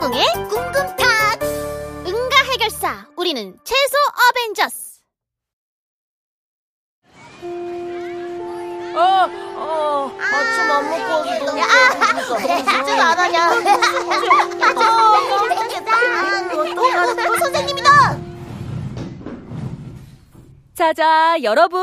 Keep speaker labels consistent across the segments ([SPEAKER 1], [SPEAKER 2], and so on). [SPEAKER 1] 콩의 꿍꿍탁 응가 해결사 우리는 채소 어벤져스
[SPEAKER 2] 아, 아, 아침 안 먹고 와서 너무
[SPEAKER 1] 야, 진짜 아, 안 하냐 어, 선생님이다
[SPEAKER 3] 자자, 여러분.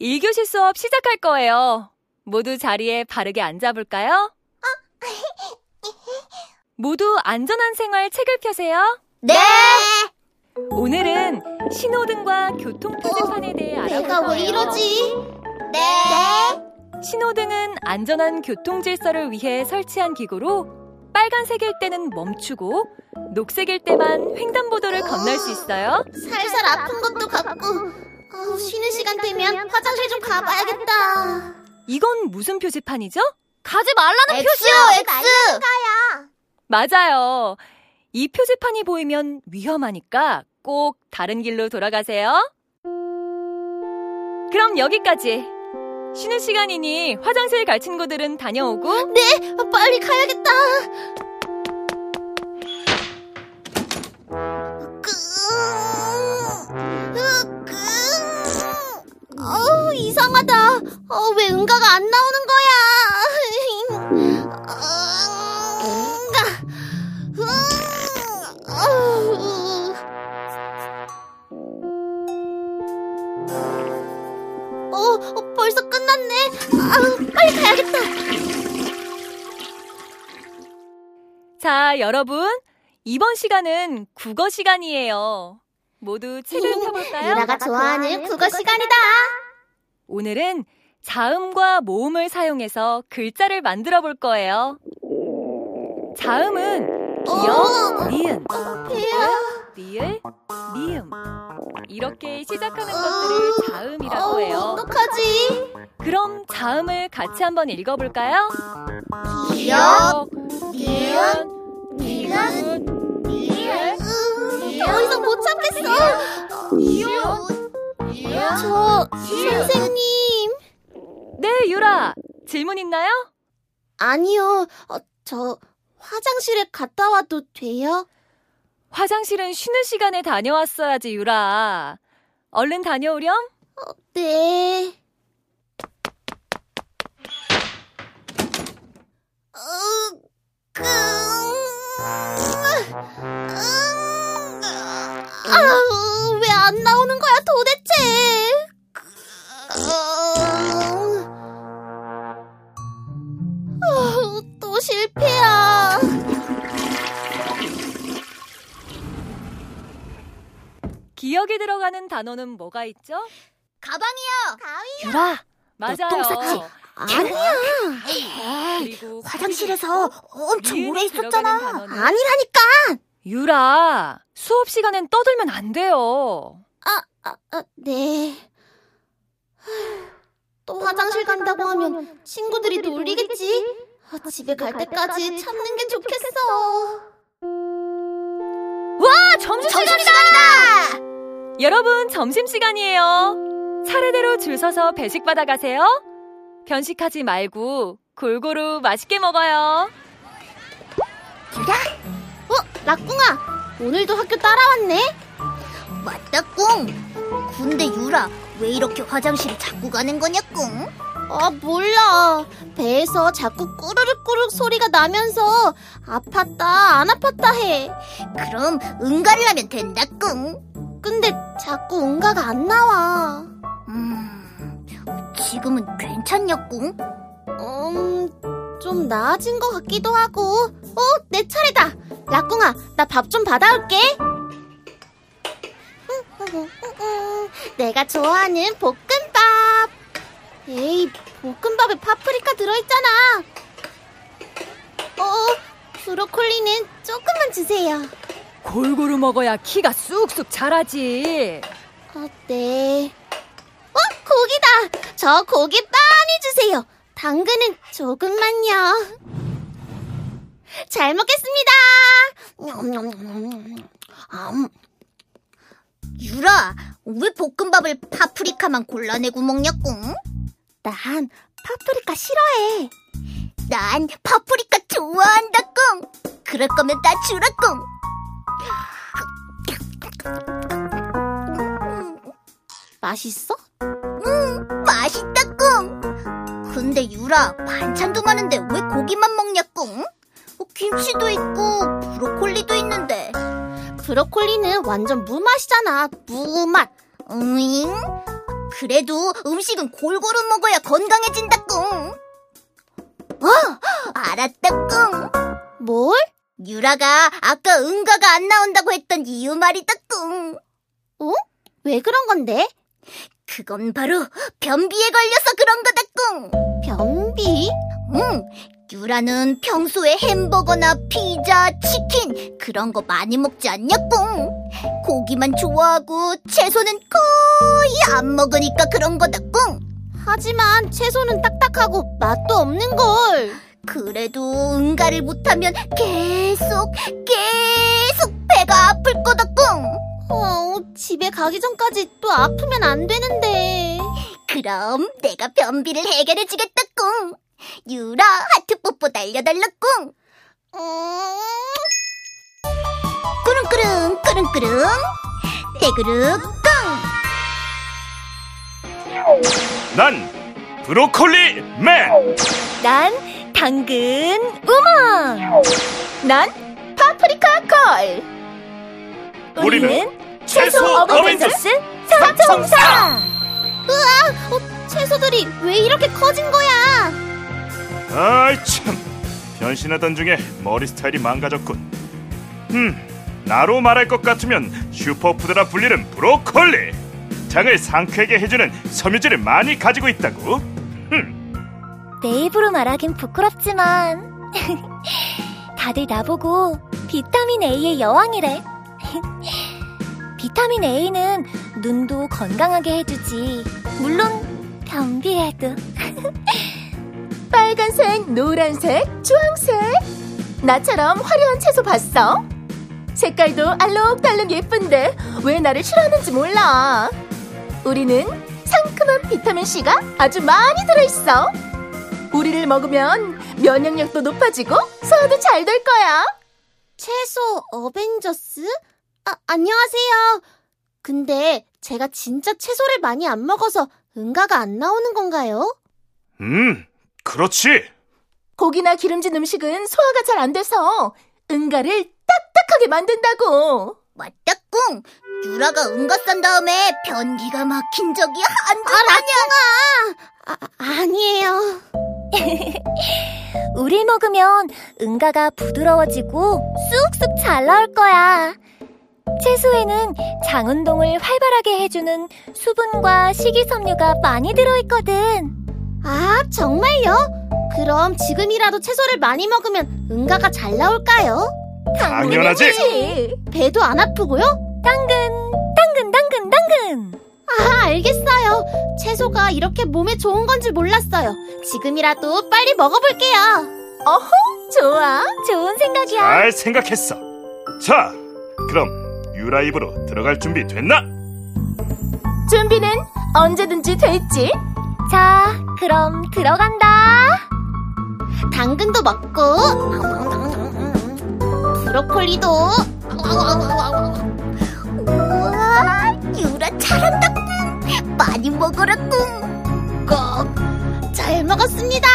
[SPEAKER 3] 1교시 수업 시작할 거예요. 모두 자리에 바르게 앉아볼까요?
[SPEAKER 1] 어?
[SPEAKER 3] 모두 안전한 생활 책을 펴세요.
[SPEAKER 1] 네
[SPEAKER 3] 오늘은 신호등과 교통표지판에 대해 알아볼
[SPEAKER 1] 어? 내가 왜
[SPEAKER 3] 거예요.
[SPEAKER 1] 이러지 네
[SPEAKER 3] 신호등은 안전한 교통 질서를 위해 설치한 기구로 빨간색일 때는 멈추고 녹색일 때만 횡단보도를 건널 수 있어요.
[SPEAKER 1] 살살 아픈 것도 같고 아우, 쉬는 시간 되면 화장실 좀 가봐야겠다
[SPEAKER 3] 이건 무슨 표지판이죠? 가지 말라는
[SPEAKER 1] 엑스
[SPEAKER 3] 맞아요. 이 표지판이 보이면 위험하니까 꼭 다른 길로 돌아가세요. 그럼 여기까지. 쉬는 시간이니 화장실 갈 친구들은 다녀오고
[SPEAKER 1] 네 빨리 가야겠다 어우 이상하다 어, 왜 응가가 안 나오는 거야 응가 응. 어우. 어, 어, 벌써 끝났네 아, 빨리 가야겠다
[SPEAKER 3] 자, 여러분. 이번 시간은 국어 시간이에요. 모두 책을
[SPEAKER 1] 네.
[SPEAKER 3] 펴볼까요?
[SPEAKER 1] 유라가 좋아하는 국어 시간이다.
[SPEAKER 3] 오늘은 자음과 모음을 사용해서 글자를 만들어 볼 거예요. 자음은
[SPEAKER 1] 어.
[SPEAKER 3] 기역, 니은, 니을, 미음. 이렇게 시작하는
[SPEAKER 4] 어.
[SPEAKER 3] 것들을 자음이라고 해요.
[SPEAKER 1] 어떡하지?
[SPEAKER 3] 그럼 자음을 같이 한번 읽어볼까요? 니은, 니을,
[SPEAKER 1] 더 이상 못 참겠어. 저 선생님.
[SPEAKER 3] 네, 유라. 질문 있나요?
[SPEAKER 1] 아니요. 어, 저 화장실에 갔다 와도 돼요?
[SPEAKER 3] 화장실은 쉬는 시간에 다녀왔어야지, 유라. 얼른 다녀오렴.
[SPEAKER 1] 네. 으, 끙. 응. 아우, 왜 안 나오는 거야, 도대체? 끙. 아우, 또 실패야.
[SPEAKER 3] 기억에 들어가는 단어는 뭐가 있죠?
[SPEAKER 1] 가방이요. 가위.
[SPEAKER 3] 유라. 맞아요.
[SPEAKER 4] 똥 쌌지? 아니야.
[SPEAKER 3] 그리고
[SPEAKER 4] 화장실에서 엄청
[SPEAKER 3] 미음이
[SPEAKER 4] 오래
[SPEAKER 3] 들어가는
[SPEAKER 4] 있었잖아.
[SPEAKER 3] 단어는
[SPEAKER 1] 아니라니까.
[SPEAKER 3] 유라, 수업 시간엔 떠들면 안 돼요.
[SPEAKER 1] 아, 아, 아, 네. 하휴, 또 화장실 간다고 하면 친구들이 놀리겠지? 아, 집에 갈 때까지 참는 게 좋겠어.
[SPEAKER 3] 아, 점심시간이다! 여러분, 점심시간이에요. 차례대로 줄 서서 배식 받아가세요. 변식하지 말고 골고루 맛있게 먹어요.
[SPEAKER 1] 어, 라꿍아. 오늘도 학교 따라왔네?
[SPEAKER 4] 맞다 꿍. 근데 유라 왜 이렇게 화장실에 자꾸 가는 거냐 꿍?
[SPEAKER 1] 아, 몰라. 배에서 자꾸 꾸르륵꾸르륵 소리가 나면서 아팠다, 안 아팠다 해.
[SPEAKER 4] 그럼 응가를 하면 된다 꿍.
[SPEAKER 1] 근데 자꾸 응가가 안 나와.
[SPEAKER 4] 음, 지금은 괜찮냐 꿍?
[SPEAKER 1] 음, 좀 나아진 것 같기도 하고. 어, 내 차례다. 라꿍아, 나 밥 좀 받아올게. 음, 음, 음, 음. 내가 좋아하는 볶음밥. 에이, 볶음밥에 파프리카 들어있잖아. 어, 브로콜리는 조금만 주세요.
[SPEAKER 3] 골고루 먹어야 키가 쑥쑥 자라지.
[SPEAKER 1] 아, 네. 어, 고기다. 저 고기 많이 주세요. 당근은 조금만요. 잘 먹겠습니다. 냠냠냠냠냠. 암,
[SPEAKER 4] 유라 왜 볶음밥을 파프리카만 골라내고 먹냐 꿍?
[SPEAKER 1] 난 파프리카 싫어해.
[SPEAKER 4] 난 파프리카 좋아한다 꿍. 그럴 거면 나 주라 꿍.
[SPEAKER 1] 맛있어?
[SPEAKER 4] 맛있다 꿍. 근데 유라 반찬도 많은데 왜 고기만 먹냐 꿍? 어,
[SPEAKER 1] 뭐
[SPEAKER 4] 김치도 있고 브로콜리도 있는데.
[SPEAKER 1] 브로콜리는 완전 무맛이잖아. 무맛.
[SPEAKER 4] 으잉? 그래도 음식은 골고루 먹어야 건강해진다 꿍. 어, 알았다 꿍.
[SPEAKER 1] 뭘?
[SPEAKER 4] 유라가 아까 응가가 안 나온다고 했던 이유 말이다 꿍.
[SPEAKER 1] 어? 왜 그런 건데?
[SPEAKER 4] 그건 바로 변비에 걸려서 그런 거다 꿍.
[SPEAKER 1] 변비?
[SPEAKER 4] 응, 유라는 평소에 햄버거나 피자, 치킨 그런 거 많이 먹지 않냐꿍. 고기만 좋아하고 채소는 거의 안 먹으니까 그런 거다꿍.
[SPEAKER 1] 하지만 채소는 딱딱하고 맛도 없는 걸.
[SPEAKER 4] 그래도 응가를 못하면 계속 계속 배가 아플 거다꿍.
[SPEAKER 1] 어, 집에 가기 전까지 또 아프면 안 되는데.
[SPEAKER 4] 그럼 내가 변비를 해결해 주겠다꿍. 유라 하트 뽀뽀 날려달라꿍.
[SPEAKER 1] 음...
[SPEAKER 4] 꾸릉꾸릉 꾸릉꾸릉 대그룹 꿍.
[SPEAKER 5] 난 브로콜리 맨!
[SPEAKER 3] 난 당근 우먼. 난 파프리카 걸.
[SPEAKER 5] 우리는 채소 어벤져스 삼총사!
[SPEAKER 1] 채소들이 왜 이렇게 커진 거야?
[SPEAKER 5] 아이 참 변신하던 중에 머리 스타일이 망가졌군 음 나로 말할 것 같으면 슈퍼푸드라 불리는 브로콜리 장을 상쾌하게 해주는 섬유질을 많이 가지고 있다고
[SPEAKER 6] 내 입으로 말하긴 부끄럽지만 다들 나보고 비타민 A의 여왕이래. 비타민 A는 눈도 건강하게 해주지. 물론 변비에도.
[SPEAKER 7] 빨간색, 노란색, 주황색. 나처럼 화려한 채소 봤어? 색깔도 알록달록 예쁜데 왜 나를 싫어하는지 몰라. 우리는 상큼한 비타민C가 아주 많이 들어있어. 우리를 먹으면 면역력도 높아지고 소화도 잘 될 거야.
[SPEAKER 1] 채소 어벤져스? 아, 안녕하세요. 근데 제가 진짜 채소를 많이 안 먹어서 응가가 안 나오는 건가요?
[SPEAKER 5] 음 그렇지
[SPEAKER 7] 고기나 기름진 음식은 소화가 잘 안 돼서 응가를 딱딱하게 만든다고.
[SPEAKER 4] 맞다 꿍 유라가 응가 싼 다음에 변기가 막힌 적이 한두 번
[SPEAKER 1] 아, 아니에요.
[SPEAKER 6] 우릴 먹으면 응가가 부드러워지고 쑥쑥 잘 나올 거야. 채소에는 장 운동을 활발하게 해주는 수분과 식이섬유가 많이 들어있거든.
[SPEAKER 1] 아, 정말요? 그럼 지금이라도 채소를 많이 먹으면 응가가 잘 나올까요?
[SPEAKER 5] 당연하지
[SPEAKER 1] 배도 안 아프고요?
[SPEAKER 6] 당근, 당근, 당근!
[SPEAKER 1] 아, 알겠어요. 채소가 이렇게 몸에 좋은 건지 몰랐어요. 지금이라도 빨리 먹어볼게요.
[SPEAKER 7] 좋아.
[SPEAKER 6] 좋은 생각이야.
[SPEAKER 5] 잘 생각했어 자 그럼 유라 입으로 들어갈 준비 됐나?
[SPEAKER 7] 준비는 언제든지 돼 있지.
[SPEAKER 6] 자, 그럼 들어간다.
[SPEAKER 1] 당근도 먹고 브로콜리도 아,
[SPEAKER 4] 우와 유라 잘한다 꿍 많이 먹어라 꿍
[SPEAKER 1] 꼭 잘 먹었습니다.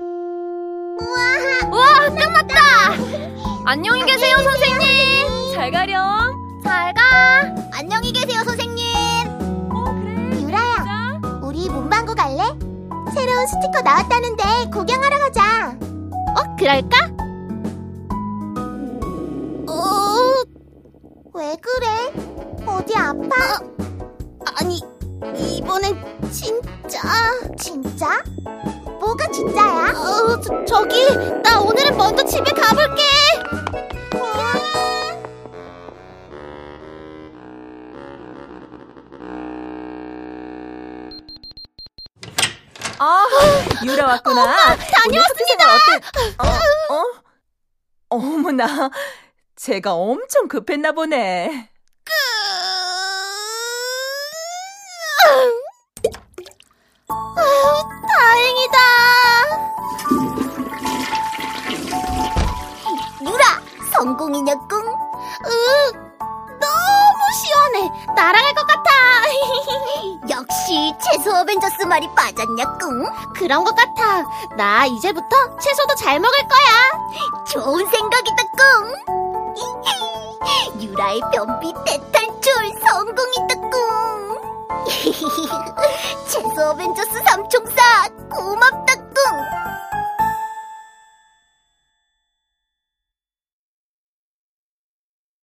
[SPEAKER 6] 우와, 딱 맞다! 안녕히 계세요, 선생님! 잘 가렴. 잘 가.
[SPEAKER 4] 안녕히 계세요 선생님
[SPEAKER 3] 어,
[SPEAKER 6] 유라야,
[SPEAKER 4] 우리 문방구 갈래? 새로운 스티커 나왔다는데 구경하러 가자
[SPEAKER 1] 어 그럴까? 어,
[SPEAKER 4] 왜 그래? 어디 아파?
[SPEAKER 1] 아니 이번엔 진짜
[SPEAKER 4] 진짜? 뭐가 진짜야?
[SPEAKER 1] 어, 저, 저기 나 오늘은 먼저 집에 가볼게.
[SPEAKER 2] 아, 유라 왔구나. 다녀왔습니다. 어? 어? 어머나, 제가 엄청 급했나 보네.
[SPEAKER 1] 다행이다. 날아갈 것 같아.
[SPEAKER 4] 역시 채소 어벤져스 말이 빠졌냐꿍.
[SPEAKER 1] 그런 것 같아. 나 이제부터 채소도 잘 먹을 거야.
[SPEAKER 4] 좋은 생각이다 꿍. 유라의 변비 대탈출 성공이다 꿍. 채소 어벤져스 삼총사 고맙다